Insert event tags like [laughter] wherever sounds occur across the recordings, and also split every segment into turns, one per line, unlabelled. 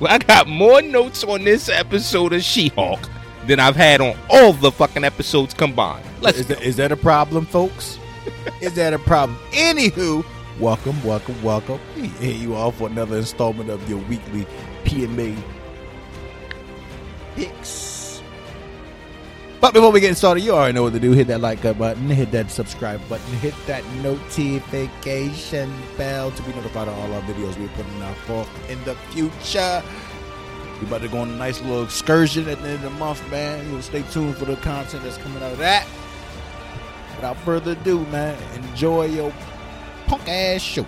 Well, I got more notes on this episode of She-Hulk than I've had on all the fucking episodes combined. Let's
Is that, is that a problem, folks? is that a problem? Anywho, welcome, welcome, welcome. Here you all for another installment of your weekly PMA picks. But before we get started, you already know what to do. Hit that like button, hit that subscribe button, hit that notification bell to be notified of all our videos we're putting out forth in the future. We about to go on a nice little excursion at the end of the month, man. You know, stay tuned for the content that's coming out of that. Without further ado, man, enjoy your punk ass show.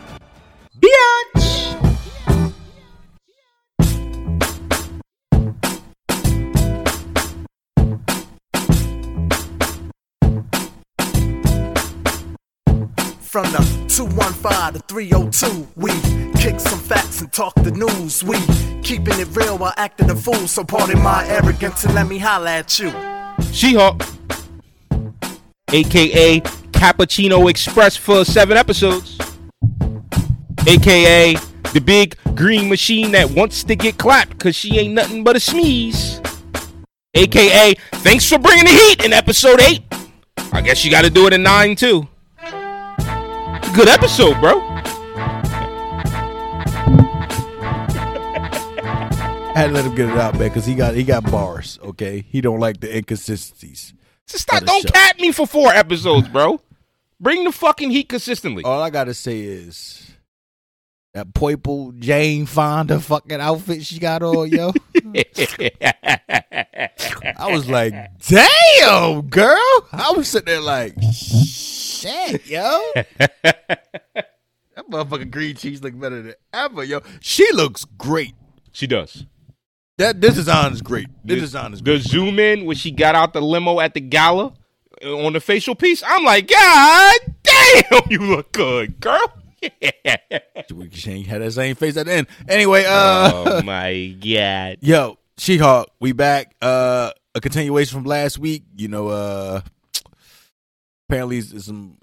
From the 215 to 302, we kick some facts and talk the news. We keeping it real while acting a fool. So pardon my arrogance and let me holla at you.
She-Hulk, aka Cappuccino Express for seven episodes, aka the big green machine that wants to get clapped because she ain't nothing but a sneeze, aka thanks for bringing the heat in episode eight. I guess you got to do it in nine too. Good episode, bro.
I had to let him get it out, man, because he got he got bars. Okay, he don't like the inconsistencies.
Just stop.
Gotta
Don't
show.
cap me for four episodes, bro. Bring the fucking heat consistently.
All I gotta say is that poiple Jane Fonda fucking outfit she got on, yo.
Oh. [laughs]
I was like, damn, girl. I was sitting there like, shit, [laughs] yo. That motherfucking green cheese look better than ever, yo. She looks great.
she does.
That this design is great. This design is
The
great.
zoom in when she got out the limo at the gala uh, on the facial piece. I'm like, God damn, you look good, [laughs] girl.
She ain't had that same face at the end. Anyway, uh,
oh my god.
[laughs] yo, She Hulk, we back. Uh, a continuation from last week. You know, uh, apparently it's some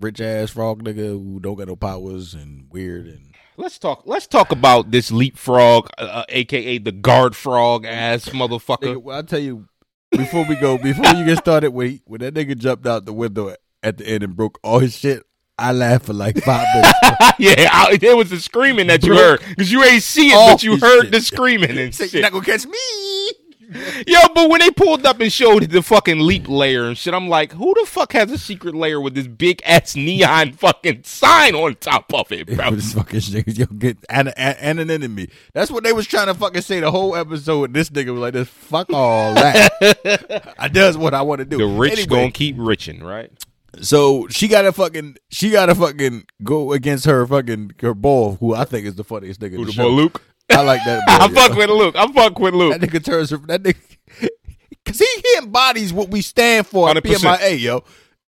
rich ass frog nigga who don't got no powers and weird and
Let's talk. Let's talk about this leapfrog, uh, uh, aka the guard frog ass motherfucker.
Nigga, well, I'll tell you before we go, before you get started, when, he, when that nigga jumped out the window at the end and broke all his shit, I laughed for like [laughs] five minutes.
[laughs] yeah, I, it was the screaming that you heard
Broke
because you ain't see it,
off
but you
his
heard
shit.
the screaming and
Say,
shit.
You're not gonna catch me.
Yo, but when they pulled up and showed the fucking leap layer and shit, I'm like, who the fuck has a secret layer with this big ass neon [laughs] fucking sign on top of it, bro?
For this fucking shit, yo, get an, an, an enemy. That's what they was trying to fucking say the whole episode. This nigga was like, "This fuck all that."
[laughs]
I does what I want to do.
The rich
Anyway,
gonna keep riching, right?
So she got to fucking, she got to fucking go against her fucking her ball, who I think is the funniest nigga. in
Who
the
the boy,
show.
Luke?
I like
[laughs]
that.
I
boy, yo.
fuck with Luke. I fuck with Luke.
That nigga turns from that nigga [laughs] because he, he embodies what we stand for at
100%.
PMIA, yo.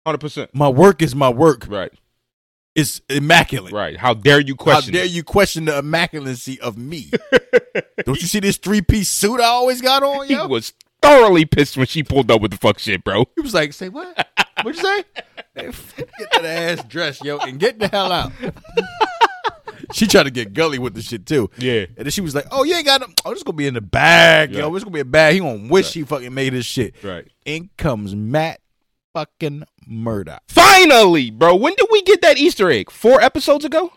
Hundred percent.
My work is my work.
Right.
It's immaculate.
Right. How dare you
How
question?
dare
it?
you question the immaculacy of me?
[laughs]
Don't you see this three piece suit I always got on,
He
yo?
was thoroughly pissed when she pulled up with the fuck shit, bro.
He was like, say what? What'd
[laughs]
you say? get that ass dressed, yo, and get the hell out. [laughs] she tried to get gully with the shit too.
Yeah.
And then she was like, Oh, you ain't got no oh, this gonna be in the bag,
Yeah.
yo. It's gonna be a bag. He gonna wish he fucking made this shit.
Right.
In comes Matt fucking Murdoch.
Finally, bro. When did we get that Easter egg? Four episodes ago?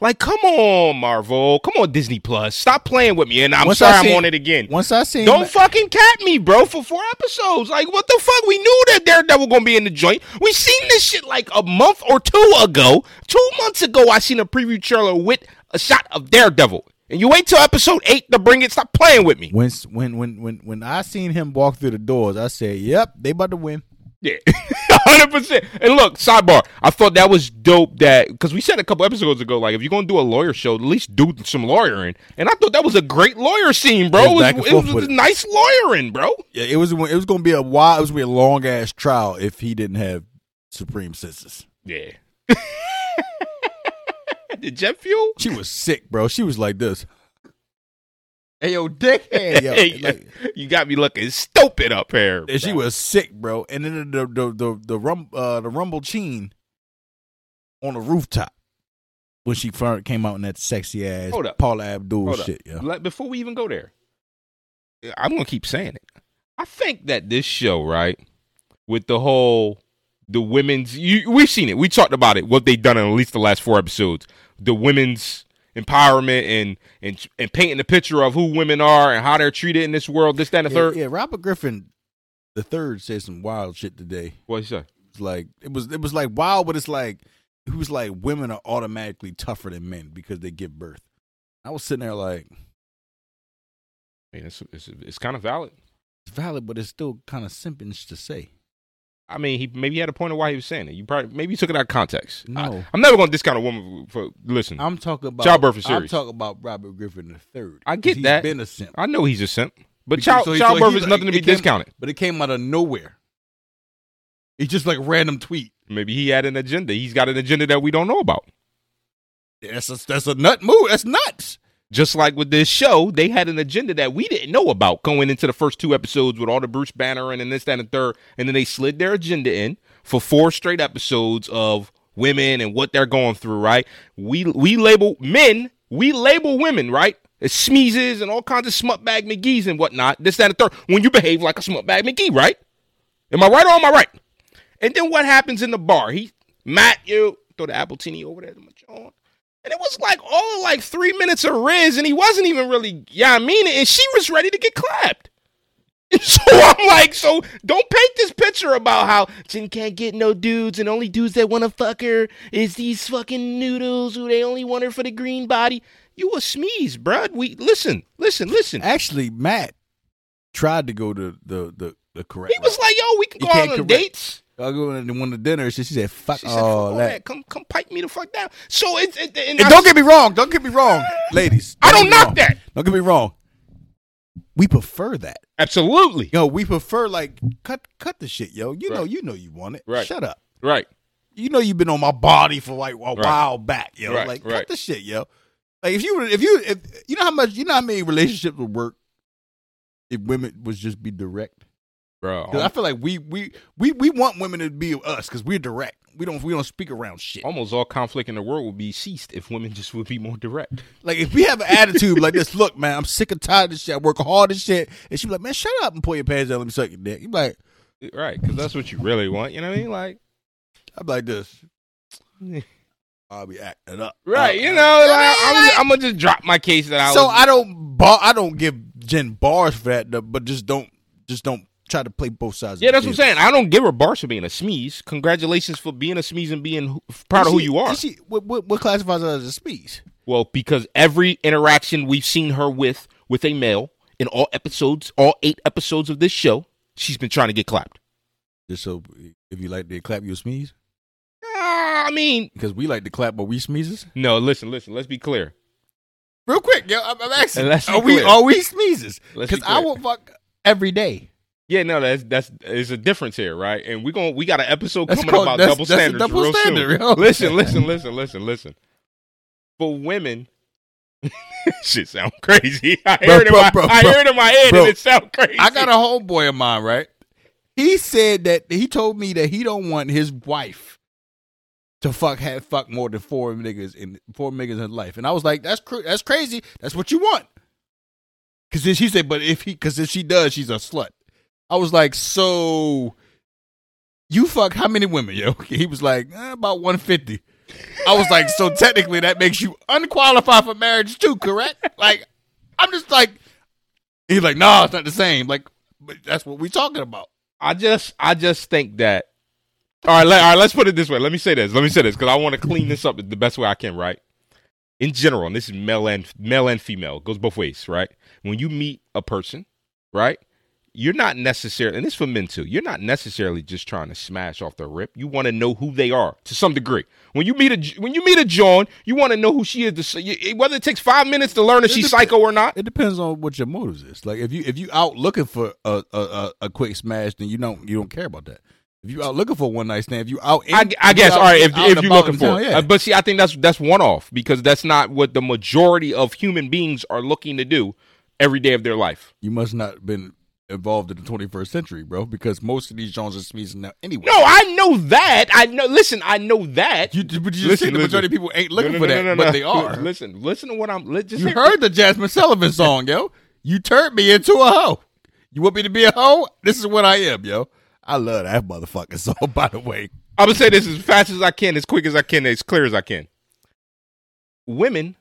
Like, come on, Marvel. Come on, Disney Plus. Stop playing with me. And I'm
Once I
sorry I'm
seen-
on it again.
Once I seen
Don't
Ma-
fucking cap me, bro, for four episodes. Like, what the fuck? We knew that Daredevil gonna be in the joint. We seen this shit like a month or two ago. Two months ago, I seen a preview trailer with a shot of Daredevil. And you wait till episode eight to bring it. Stop playing with me.
when when when when when I seen him walk through the doors, I said, Yep, they about to win.
Yeah, [laughs] hundred percent. And look, sidebar. I thought that was dope. That because we said a couple episodes ago, like if you're gonna do a lawyer show, at least do some lawyering. And I thought that was a great lawyer scene, bro.
Yeah,
It was,
back and
it
forth
was
with
a
it.
nice lawyering, bro.
Yeah, it was it was gonna be a wild it was gonna be a long ass trial if he didn't have Supreme Sisters.
Yeah. [laughs] the jet fuel.
She was sick, bro. She was like this. Hey yo, dickhead, yo.
[laughs] Hey,
Like,
you got me looking stupid up here.
and she
bro.
was sick, bro. And then the the the the, the rum uh the rumble chin on the rooftop. when she first came out in that sexy ass
Hold up.
Paula Abdul
Hold up.
shit. Yeah.
Let- before we even go there, I'm gonna keep saying it. I think that this show, right, with the whole the women's, you, we've seen it. We talked about it. What they've done in at least the last four episodes, the women's empowerment and and and painting the picture of who women are and how they're treated in this world. This, that, and the
yeah,
third.
yeah, Robert Griffin the third said some wild shit today.
What you say?
It's like it was it was like wild, but it's like he was like women are automatically tougher than men because they give birth. I was sitting there like
I mean, it's it's, it's kind of valid.
it's valid, but it's still kind of simpish to say.
I mean, he maybe he had a point of why he was saying it. You probably maybe he took it out of context.
No.
I, am never gonna discount a woman for listen. i
I'm talking about
Childbirth is
I'm
serious.
talking about Robert Griffin the third.
I get
He's
that.
Been a simp.
know he's a simp, but
Because-
child
so he- so
childbirth
he-
is nothing to
it
be
came-
discounted.
But it came out of nowhere. It's just like random tweet.
Maybe he had an agenda. He's got an agenda that we don't know about.
That's a, that's a nut move. That's nuts.
Just like with this show, they had an agenda that we didn't know about going into the first two episodes with all the Bruce Banner and this, that, and third. And then they slid their agenda in for four straight episodes of women and what they're going through, right? We we label men, we label women, right? As smeezes and all kinds of smut bag McGee's and whatnot. This, that, and third. When you behave like a smut bag McGee, right? Am I right or am I right? And then what happens in the bar? He Matt, you throw the apple tini over there to my John. And it was like all of like three minutes of Riz, and he wasn't even really, yeah, I mean it. And she was ready to get clapped. [laughs] And so I'm like, so don't paint this picture about how Jen can't get no dudes, and only dudes that want to fuck her is these fucking noodles who they only want her for the green body. You a sneeze, bruh. We listen, listen, listen.
Actually, Matt tried to go to the the, the correct.
He was like, yo, we can
You
go out
can't
on
correct-
dates.
I go in and went to dinner. She, she said, "Fuck
She said, fuck
all
all
that."
that. Come, come, pipe me the fuck down. So it's Oh, it, and
And
I-
don't get me wrong. Don't get
[laughs]
me wrong, ladies.
I don't
get me
knock
wrong.
that.
Don't get me wrong. We prefer that.
absolutely
Yo, we prefer like cut cut the shit, yo. You know,
Right.
you know you want it.
Right.
Shut up.
right.
you know you've been on my body for like a while back, yo.
Right,
Like cut
right.
the shit, yo. Like if you were- if you if you know how much you know how many relationships would work if women would just be direct.
bro.
'Cause I feel like we we we we want women to be us because we're direct. We don't we don't speak around shit.
Almost all conflict in the world would be ceased if women just would be more direct.
Like if we have an attitude like this, look, man, I'm sick and tired of this shit. I work hard as shit, and she be like, man, shut up and pull your pants down. Let me suck your dick. You like
Right, because that's what you really want. You know what I mean? Like,
I'm like this. I'll be acting up.
right,
Uh,
you know, like, I'm, I'm gonna just drop my case that I
so
was.
I don't bar, I don't give Jen bars for that, though, but just don't just don't try to play both sides.
yeah,
of the
that's what I'm
field.
saying. I don't give a bars for being a sneeze. Congratulations for being a sneeze and being who- proud of who
Is she-
you are.
is she- what, what, what classifies her as a speech?
Well, because every interaction we've seen her with with a male in all episodes, all eight episodes of this show, she's been trying to get clapped.
Just so if you like to clap, you sneeze
Ah, I mean,
because we like to clap, but we sneezes.
no. Listen, listen. Let's be clear.
Real quick, yo, I'm, I'm asking.
And let's be
Are we
clear.
are we sneezes?
Let's be
Because I
clear.
will fuck every day.
Yeah, no, that's that's is a difference here, right? And we're going to we got an episode
That's
coming
called-
about
that's-
double
that's a
standards
double
real
standard,
soon.
yo. [laughs]
Listen, listen, listen, listen, listen. For women, [laughs] shit sound crazy. I
Bro,
heard it in
bro,
my,
bro,
I
bro.
hear it in my head,
Bro.
and it sound crazy.
[laughs] I got a homeboy of mine, right? He said that he told me that he don't want his wife to fuck have fuck more than four niggas in four niggas in his life, and I was like, that's cr- that's crazy. That's what you want. Because then she said, but if he, because if she does, she's a slut. I was like, so you fuck how many women, yo? [laughs] He was like, eh, about one fifty. I was like, so technically that makes you unqualified for marriage too, correct? Like, I'm just like, he's like, no, it's not the same. Like, but that's what we talking about.
I just I just think that. All right, let, all right. Let's put it this way. Let me say this. Let me say this because I want to clean this up the best way I can. Right. In general, and this is male and male and female it goes both ways. Right. When you meet a person, right, you're not necessarily, and this for men too. You're not necessarily just trying to smash off the rip. You want to know who they are to some degree. When you meet a when you meet a John, you want to know who she is. To, s- you- whether it takes five minutes to learn if she's psycho or not.
It depends on what your motives is. Like, if you if you out looking for a a, a, a quick smash, then you don't you don't care about that. If you out looking for a one night stand, if you out, in-
I, I
if you
guess.
out-
All right, if,
out and
if you're
about
looking
in
for
town,
it,
yeah.
Uh, but see, I think that's that's one off because that's not what the majority of human beings are looking to do every day of their life.
you must not been evolved in the 21st century, bro, because most of these genres are sneezing now anyway.
No, I know that. I know. Listen, I know that.
You, but you just
Listen,
said the majority
listen.
of people ain't
No,
looking
no,
for
no,
that,
no, no,
but
no.
they are.
Listen, listen to what I'm. Let, just
You
hear-
heard the Jasmine Sullivan song, yo. You turned me into a hoe. You want me to be a hoe? This is what I am, yo. I love that motherfucking song, [laughs] by the way.
I'm gonna say this as fast as I can, as quick as I can, as clear as I can. Women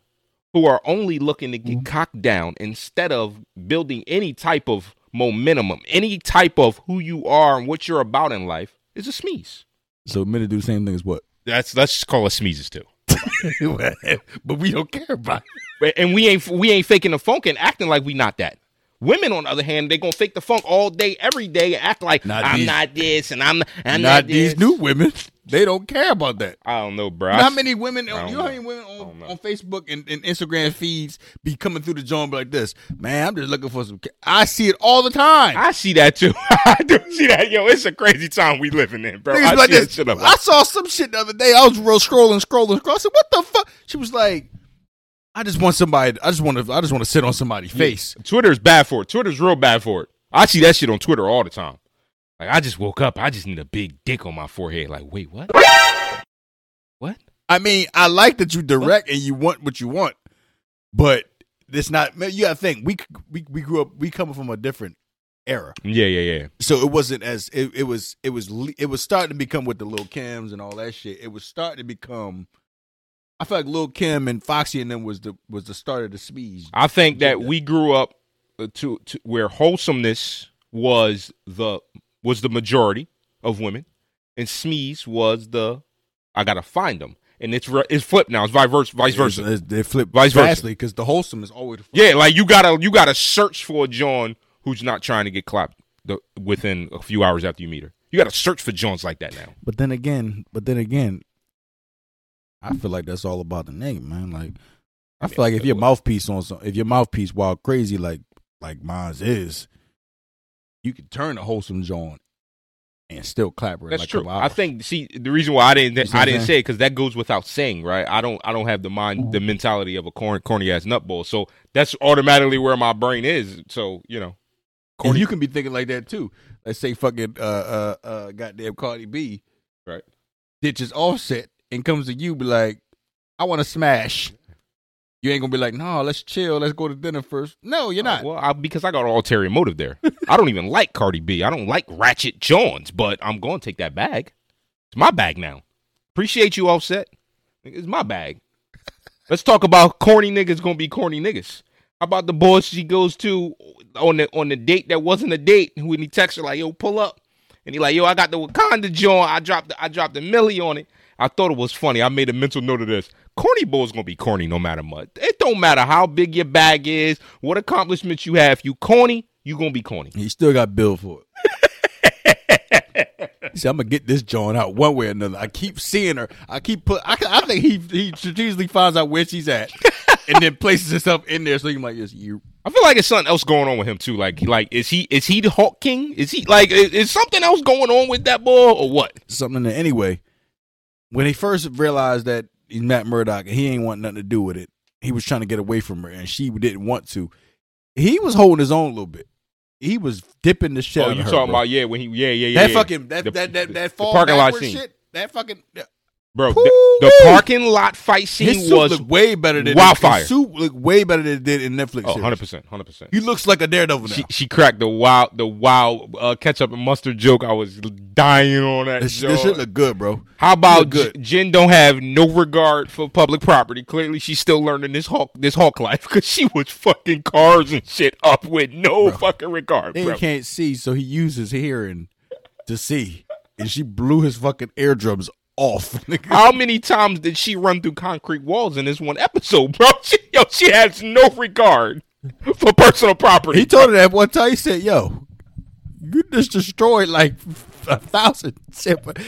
who are only looking to get cocked down instead of building any type of momentum, any type of who you are and what you're about in life, is a sneeze.
So men that do the same thing as what?
That's let's just call it sneezes too.
[laughs] but we don't care about it.
Right, and we ain't we ain't faking the funk and acting like we not that. Women, on the other hand, they gonna fake the funk all day, every day, and act like
Not
I'm
these-
not this and I'm I'm not,
Not these
this."
new women. They don't care about that.
I don't know, bro.
You
I
know how
s-
many women? You
I
know,
don't
how
know.
many women
I don't
on,
know.
on Facebook and, and Instagram feeds be coming through the joint be like this? Man, I'm just looking for some. ca-" I see it all the time.
I see that too. [laughs] I do see that. Yo, it's a crazy time we living in, bro.
Niggas
I
be like
see that
this.
shit up.
I saw some shit the other day. I was real scrolling, scrolling, scrolling. I said, "What the fuck?" She was like, "I just want somebody. I just want to. I just want to sit on somebody's face."
Twitter's bad for it. Twitter's real bad for it. I see that shit on Twitter all the time. Like I just woke up. I just need a big dick on my forehead. Like, wait, what? What?
I mean, I like that you direct and you want what you want, but it's not. man, You got to think. We we we grew up. We coming from a different era.
Yeah, yeah, yeah.
so it wasn't as it, it was it was le- it was starting to become with the Lil Kims and all that shit. It was starting to become. I feel like Lil Kim and Foxy and them was the was the start of the speech.
I think that we grew up uh, to, to where wholesomeness was the was the majority of women, and smees was the I gotta find them, and it's re- it's flipped now. It's vice versa. Vice versa.
They flip
Vice versa.
because the wholesome is always
Yeah, like you gotta you gotta search for a John who's not trying to get clapped the, within a few hours after you meet her. You gotta search for Johns like that now.
But then again, but then again,
I feel like that's all about the name, man. Like
I feel like if your mouthpiece on some, if your mouthpiece wild crazy like like mine's is,
you could turn the wholesome joint and still clap her. in
That's
like a
true.
couple
I
hours.
think. See, the reason why I
You
didn't
see what
I
I'm
didn't
saying? Mm-hmm.
say it because that goes without saying, right? I don't I don't have the mind the mentality of a corny corny ass nutball, so that's automatically where my brain is. So you know,
And you can be thinking like that too. Let's say fucking uh uh uh goddamn Cardi B
right?
ditches offset and comes to you be like, I want to smash. You ain't gonna be like, no, let's chill, let's go to dinner first. No, you're not.
Oh, Well, I, because I got an ulterior motive
[laughs]
there. I don't even like Cardi B. I don't like Ratchet Johns, but I'm going to take that bag. It's my bag now. Appreciate you, Offset. It's my
[laughs]
bag. Let's talk about corny niggas gonna be corny niggas. How about the boy she goes to on the on the date that wasn't a date? When he texts her like, "Yo, pull up," and he like, "Yo, I got the Wakanda joint. I dropped the, I dropped the millie on it." I thought it was funny. I made a mental note of this. Corny boys gonna be corny no matter what. It don't matter how big your bag is, what accomplishments you have. If you corny, you gonna be corny.
He still got billed for
[laughs]
it. He said, I'm gonna get this joint out one way or another. I keep seeing her. I keep put. I, I think he he strategically finds out where she's
[laughs]
at, and then places herself in there. So you might just you.
I feel like it's something else going on with him too. Like, like is he is he the Hawk King? Is he like is, is something else going on with that boy or what?
something to anyway. When he first realized that he's Matt Murdock and he ain't want nothing to do with it, he was trying to get away from her and she didn't want to. He was holding his own a little bit. He was dipping the shit.
oh,
out
you
of her,
talking
bro.
about yeah when he yeah yeah yeah
that
yeah.
fucking that
The-
that that that
the
fall
parking lot
backward
scene.
shit? That fucking
bro
Poo-wee.
the, the parking lot fight
his
scene
suit
was
looked way better than
wildfire.
His suit looked way better than it did in Netflix.
oh,
series.
100 percent, hundred percent.
He looks like a daredevil now.
She she cracked the wild the wild uh, ketchup and mustard joke. I was dying on that.
this,
joke.
this shit look good, bro.
How about
look good.
J- Jen don't have no regard for public property? Clearly, she's still learning this hawk this hawk life because she was fucking cars and shit up with no fucking regard,
Then
bro.
he can't [laughs] see, so he uses hearing to see, and she blew his fucking eardrums off. [laughs] nigga.
How many times did she run through concrete walls in this one episode, bro? [laughs] She, yo, she has no regard for personal property.
He told her that one time. He said, "Yo, you just destroyed like a thousand [laughs] shit." But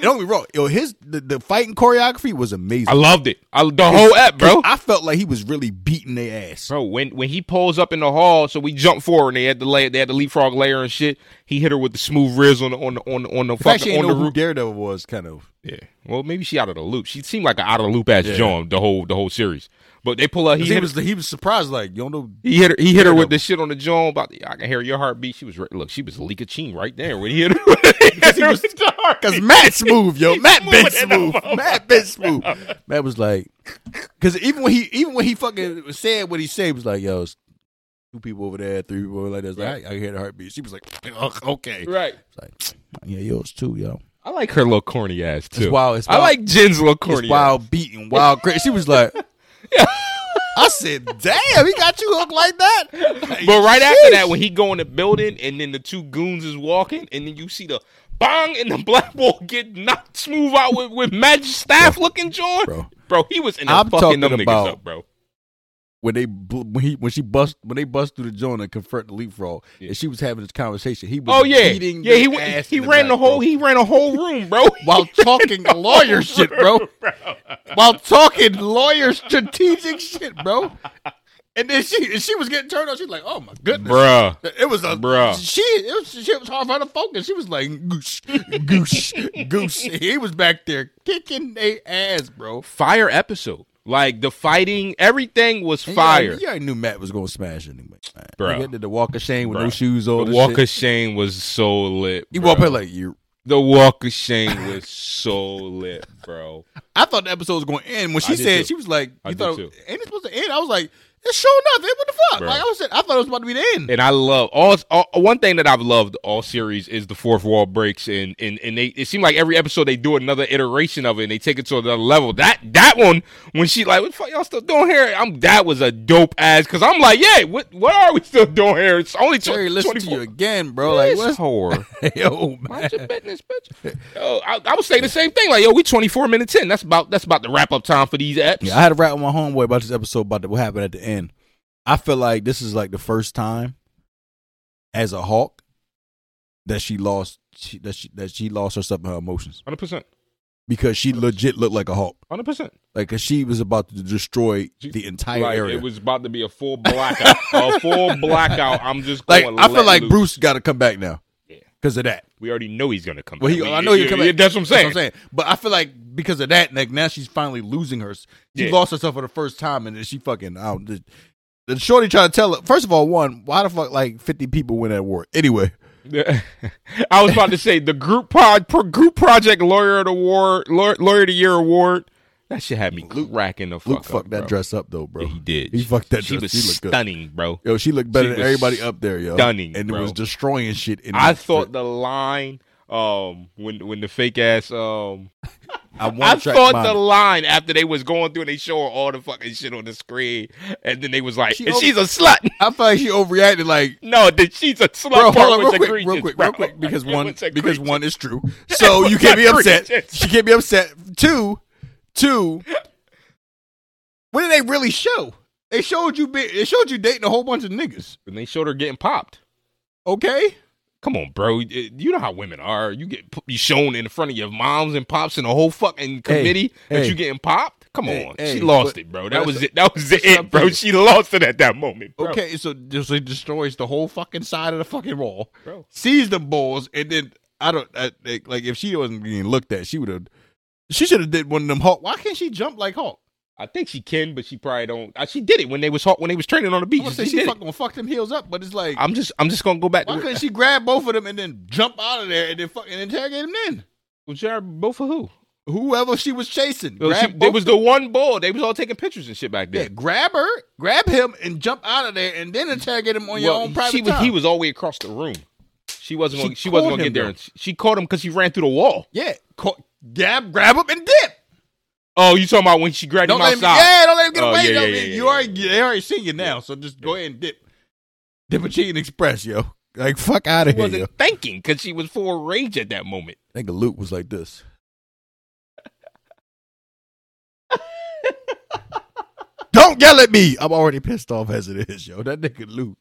Don't be wrong. Yo, his the, the fighting choreography was amazing.
I loved it. I, the whole app, bro.
I felt like he was really beating their ass.
Bro, when when he pulls up in the hall, so we jump forward and they had the lay, they had the leapfrog layer and shit. He hit her with the smooth riz on the on the on the, on the
I actually
fucking
ain't
on
know
the
who
roof.
Daredevil was, kind of.
Yeah. Well, maybe she out of the loop. She seemed like an out of the loop ass John the whole the whole series. But they pull up. He,
He
hit,
was he was surprised, like you
[laughs]
don't know.
he hit her. He hit her with the shit on the John. About the, I can hear your heartbeat. She was re- look. She was leaking chin right there when he hit her.
[laughs]
Because [laughs]
he was- [laughs] Cause Matt smooth, yo. Matt been smooth. Matt been smooth. Matt was like, cause even when he even when he fucking said what he said, he was like, yo, it's two people over there, three people over there. It's Like, I, I hear the heartbeat. She was like, [laughs] "Ugh, okay,
right.
It's like, yeah, yours too, yo.
I like her little corny ass too.
wild. It's
I
wild.
like Jen's little corny.
It's
ass.
wild beating, wild crazy. She was like,
[laughs]
I said, damn, he got you hooked like that. Like,
But right after
sheesh.
that, when he go in the building and then the two goons is walking, and then you see the bong and the [laughs] black ball get knocked smooth out with, with magic staff looking John. Bro.
Bro.
he was in
I'm
there fucking
talking
them niggas
about-
up, bro.
when they bl- when he when she bust when they bust through the joint and confront the leapfrog, and she was having this conversation. He was
Oh yeah,
beating
yeah.
their
He went,
ass
he
in
ran the
back,
whole
bro.
he ran a whole room, bro.
[laughs]
[laughs]
while talking lawyer shit, bro. While talking lawyer strategic shit, bro. And then she and she was getting turned on. She's like, "Oh my goodness,
Bruh.
It was a
Bruh.
She it was she was hard for her to focus. She was like goose, goose, goose. [laughs] He was back there kicking their ass, bro.
Fire episode, like the fighting, everything was
And
fire.
You already, you already knew Matt was gonna smash anyway,
Bruh.
He did the walk of shame with
Bruh.
no shoes on.
The
and
Walk
shit.
of Shame was so lit.
You
bro.
walk up like you.
the Walk of Shame was so lit, bro.
I thought the episode was going to end when she
I did
said
too.
she was like, "You
I did
thought
too.
ain't it supposed to end?" I was like, "It's sure enough. It, what the fuck?"
Bruh.
Like I was, I thought it was about to be the end.
and I love all, all. One thing that I've loved all series is the fourth wall breaks, and and and they. It seemed like every episode they do another iteration of it, and they take it to another level. That that one when she like, what the fuck y'all still doing here? I'm that was a dope ass because I'm like, yeah, what what are we still [laughs] doing here? It's only tw-
Terry, listen to you
24
again, [laughs] bro. Like
This
what's
whore.
yo, man.
Mind your business, bitch. Yo, I, I was saying the same thing. Like, yo, we twenty four minutes in. That's about that's about the wrap up time for these apps.
Yeah, I had a rap with my homeboy about this episode about what happened at the end. I feel like this is like the first time as a hawk that she lost she, that she that she lost herself in her emotions
Hundred percent.
because she legit looked like a hawk.
Hundred percent.
Like 'cause she was about to destroy the entire
Like,
area.
It was about to be a full blackout. a
[laughs]
full blackout. I'm just
like
going
I feel
let
like
loose.
Bruce got to come back now.
Yeah.
Because of that.
We already know he's gonna come.
Well, he,
back.
I know you're
yeah,
coming.
yeah, That's what I'm saying.
But I feel like because of that, like now she's finally losing her. She
Yeah.
lost herself for the first time, and then she fucking. I don't, the, the shorty trying to tell her. First of all, one, why the fuck like 50 people win at war? Anyway,
[laughs] I was about to say the group pod pro, group project lawyer of the war lawyer, lawyer of the year award. That shit had me Luke racking the fuck
Luke
up,
fucked that
bro.
dress up though, bro.
Yeah, he did.
He fucked that
She
dress.
was
she looked good.
stunning, bro.
Yo, she looked better
She
than
was
everybody up there, yo.
stunning,
and
bro.
it was destroying shit. In
I
that
thought
strip.
the line um when when the fake ass um
I,
I
one-track
thought
mind.
the line after they was going through and they showing all the fucking shit on the screen and then they was like
She
and
over-
she's a slut.
I felt like she overreacted. Like
No, that she's a slut.
bro,
part
hold on,
was
real quick,
egregious,
real quick,
bro.
real quick, because
It
one,
was
because
egregious.
one is true. So you can't be upset.
egregious.
You can't be upset. Two, two. What did they really show? They showed you. be- They showed you dating a whole bunch of niggas.
and they showed her getting popped.
Okay,
Come on, bro. You you know how women are. You get pu- you shown in front of your moms and pops and the whole fucking committee that
hey.
you getting popped. Come
Hey,
on,
hey,
she lost
but-
it, bro.
but
That
that's
was
a-
it. That was
that's what
it,
I'm
bro.
saying.
She lost it at that moment. Bro.
okay. So just it destroys the whole fucking side of the fucking wall.
Bro.
Sees the balls, and then I don't I, like- like if she wasn't being looked at, she would have. She should have did one of them Hulk. Why can't she jump like Hulk?
I think she can, but she probably don't. uh, She did it when they was hot- when they was training on the
I'm
beach.
gonna
She
say she
did it.
fucking gonna fuck them heels up, but it's like
I'm just I'm just gonna go back.
Why
to
couldn't she grab both of them and then jump out of there and then fucking interrogate them then?
was there both of who?
Whoever she was chasing.
It was,
Grab
she-
both
it was the one ball. They was all taking pictures and shit back
yeah,
then.
grab her, grab him, and jump out of there and then interrogate him on your
Well,
own private
she was,
time.
He was all the way across the room. She wasn't.
She
Gonna, she, wasn't
caught
gonna
him,
get there.
though.
And She, she caught him because he ran through the wall.
yeah, ca- grab, grab him and dip.
Oh, you talking about when she grabbed
Don't
him
let him,
outside?
yeah, don't let him get
Oh,
away.
yeah,
though.
yeah, yeah,
you
yeah,
already,
yeah.
they already seen you now, so just go ahead and dip. Dip a cheating express, yo. Like fuck out
[laughs]
of
She
here.
wasn't
Yo.
thinking because she was full of rage at that moment.
I think Luke was like [laughs] this. Don't yell at me. I'm already pissed off as it is, yo. That nigga Luke.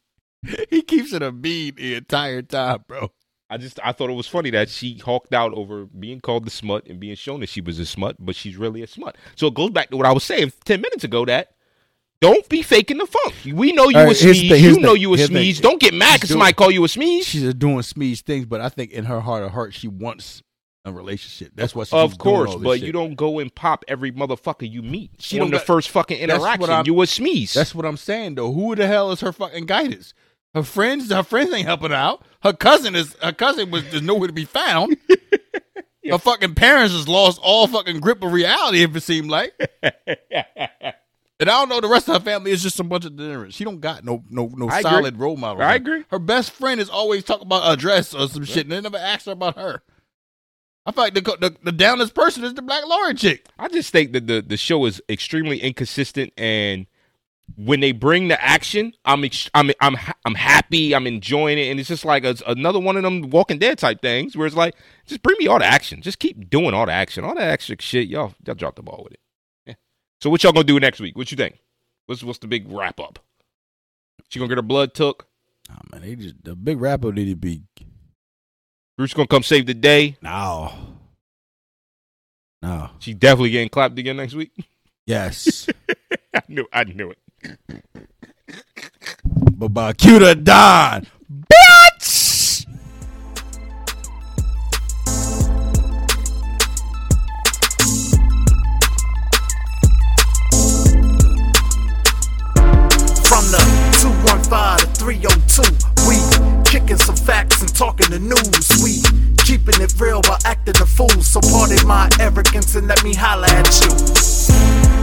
He keeps it a bean the entire time, bro.
I just I thought it was funny that she hawked out over being called the smut and being shown that she was a smut, but she's really a smut. So it goes back to what I was saying ten minutes ago that don't be faking the funk. We know you
All
a
right, here's the
smeeze.
thing,
You
here's the
know
thing,
you a
here's the thing.
smeeze. Don't get mad
She's
because
doing-
somebody call you a smeeze.
she's just doing smeeze things, but I think in her heart of heart, she wants a relationship. That's what she's
Of
doing
course,
all this
but
shit.
you don't go and pop every motherfucker you meet
She
on
don't
the
got-
first fucking
That's what
interaction.
I'm-
You a smeeze.
That's what I'm saying though. Who the hell is her fucking guidance? Her friends, her friends ain't helping her out. Her cousin is her cousin was is nowhere to be [laughs] found. Her fucking parents has lost all fucking grip of reality, if it seemed [laughs] like. and I don't know the rest of her family is just a bunch of degenerates. She don't got no no no
I agree.
solid role model.
I agree.
Her best friend is always talking about a dress or some shit, and they never ask her about her. I feel like the the, the downest person is the black lawyer chick.
I just think that the the show is extremely inconsistent, and when they bring the action, I'm ex- I'm I'm ha- I'm happy, I'm enjoying it, and it's just like a, another one of them Walking Dead type things where it's like, just bring me all the action, just keep doing all the action, all the extra shit, y'all y'all drop the ball with it. Yeah. So what y'all gonna do next week? What you think? What's what's the big wrap up? She gonna get her blood took.
Nah, man, they just the big rapper need to be
Bruce gonna come save the day.
No. No.
She definitely getting clapped again next week. [laughs]
Yes. [laughs]
I knew I knew it.
but by Q to Don. Bitch!
From the 215 to 302, we kicking some facts and talking the news. We keeping it real while acting a fool. So pardon my arrogance and let me holla at you.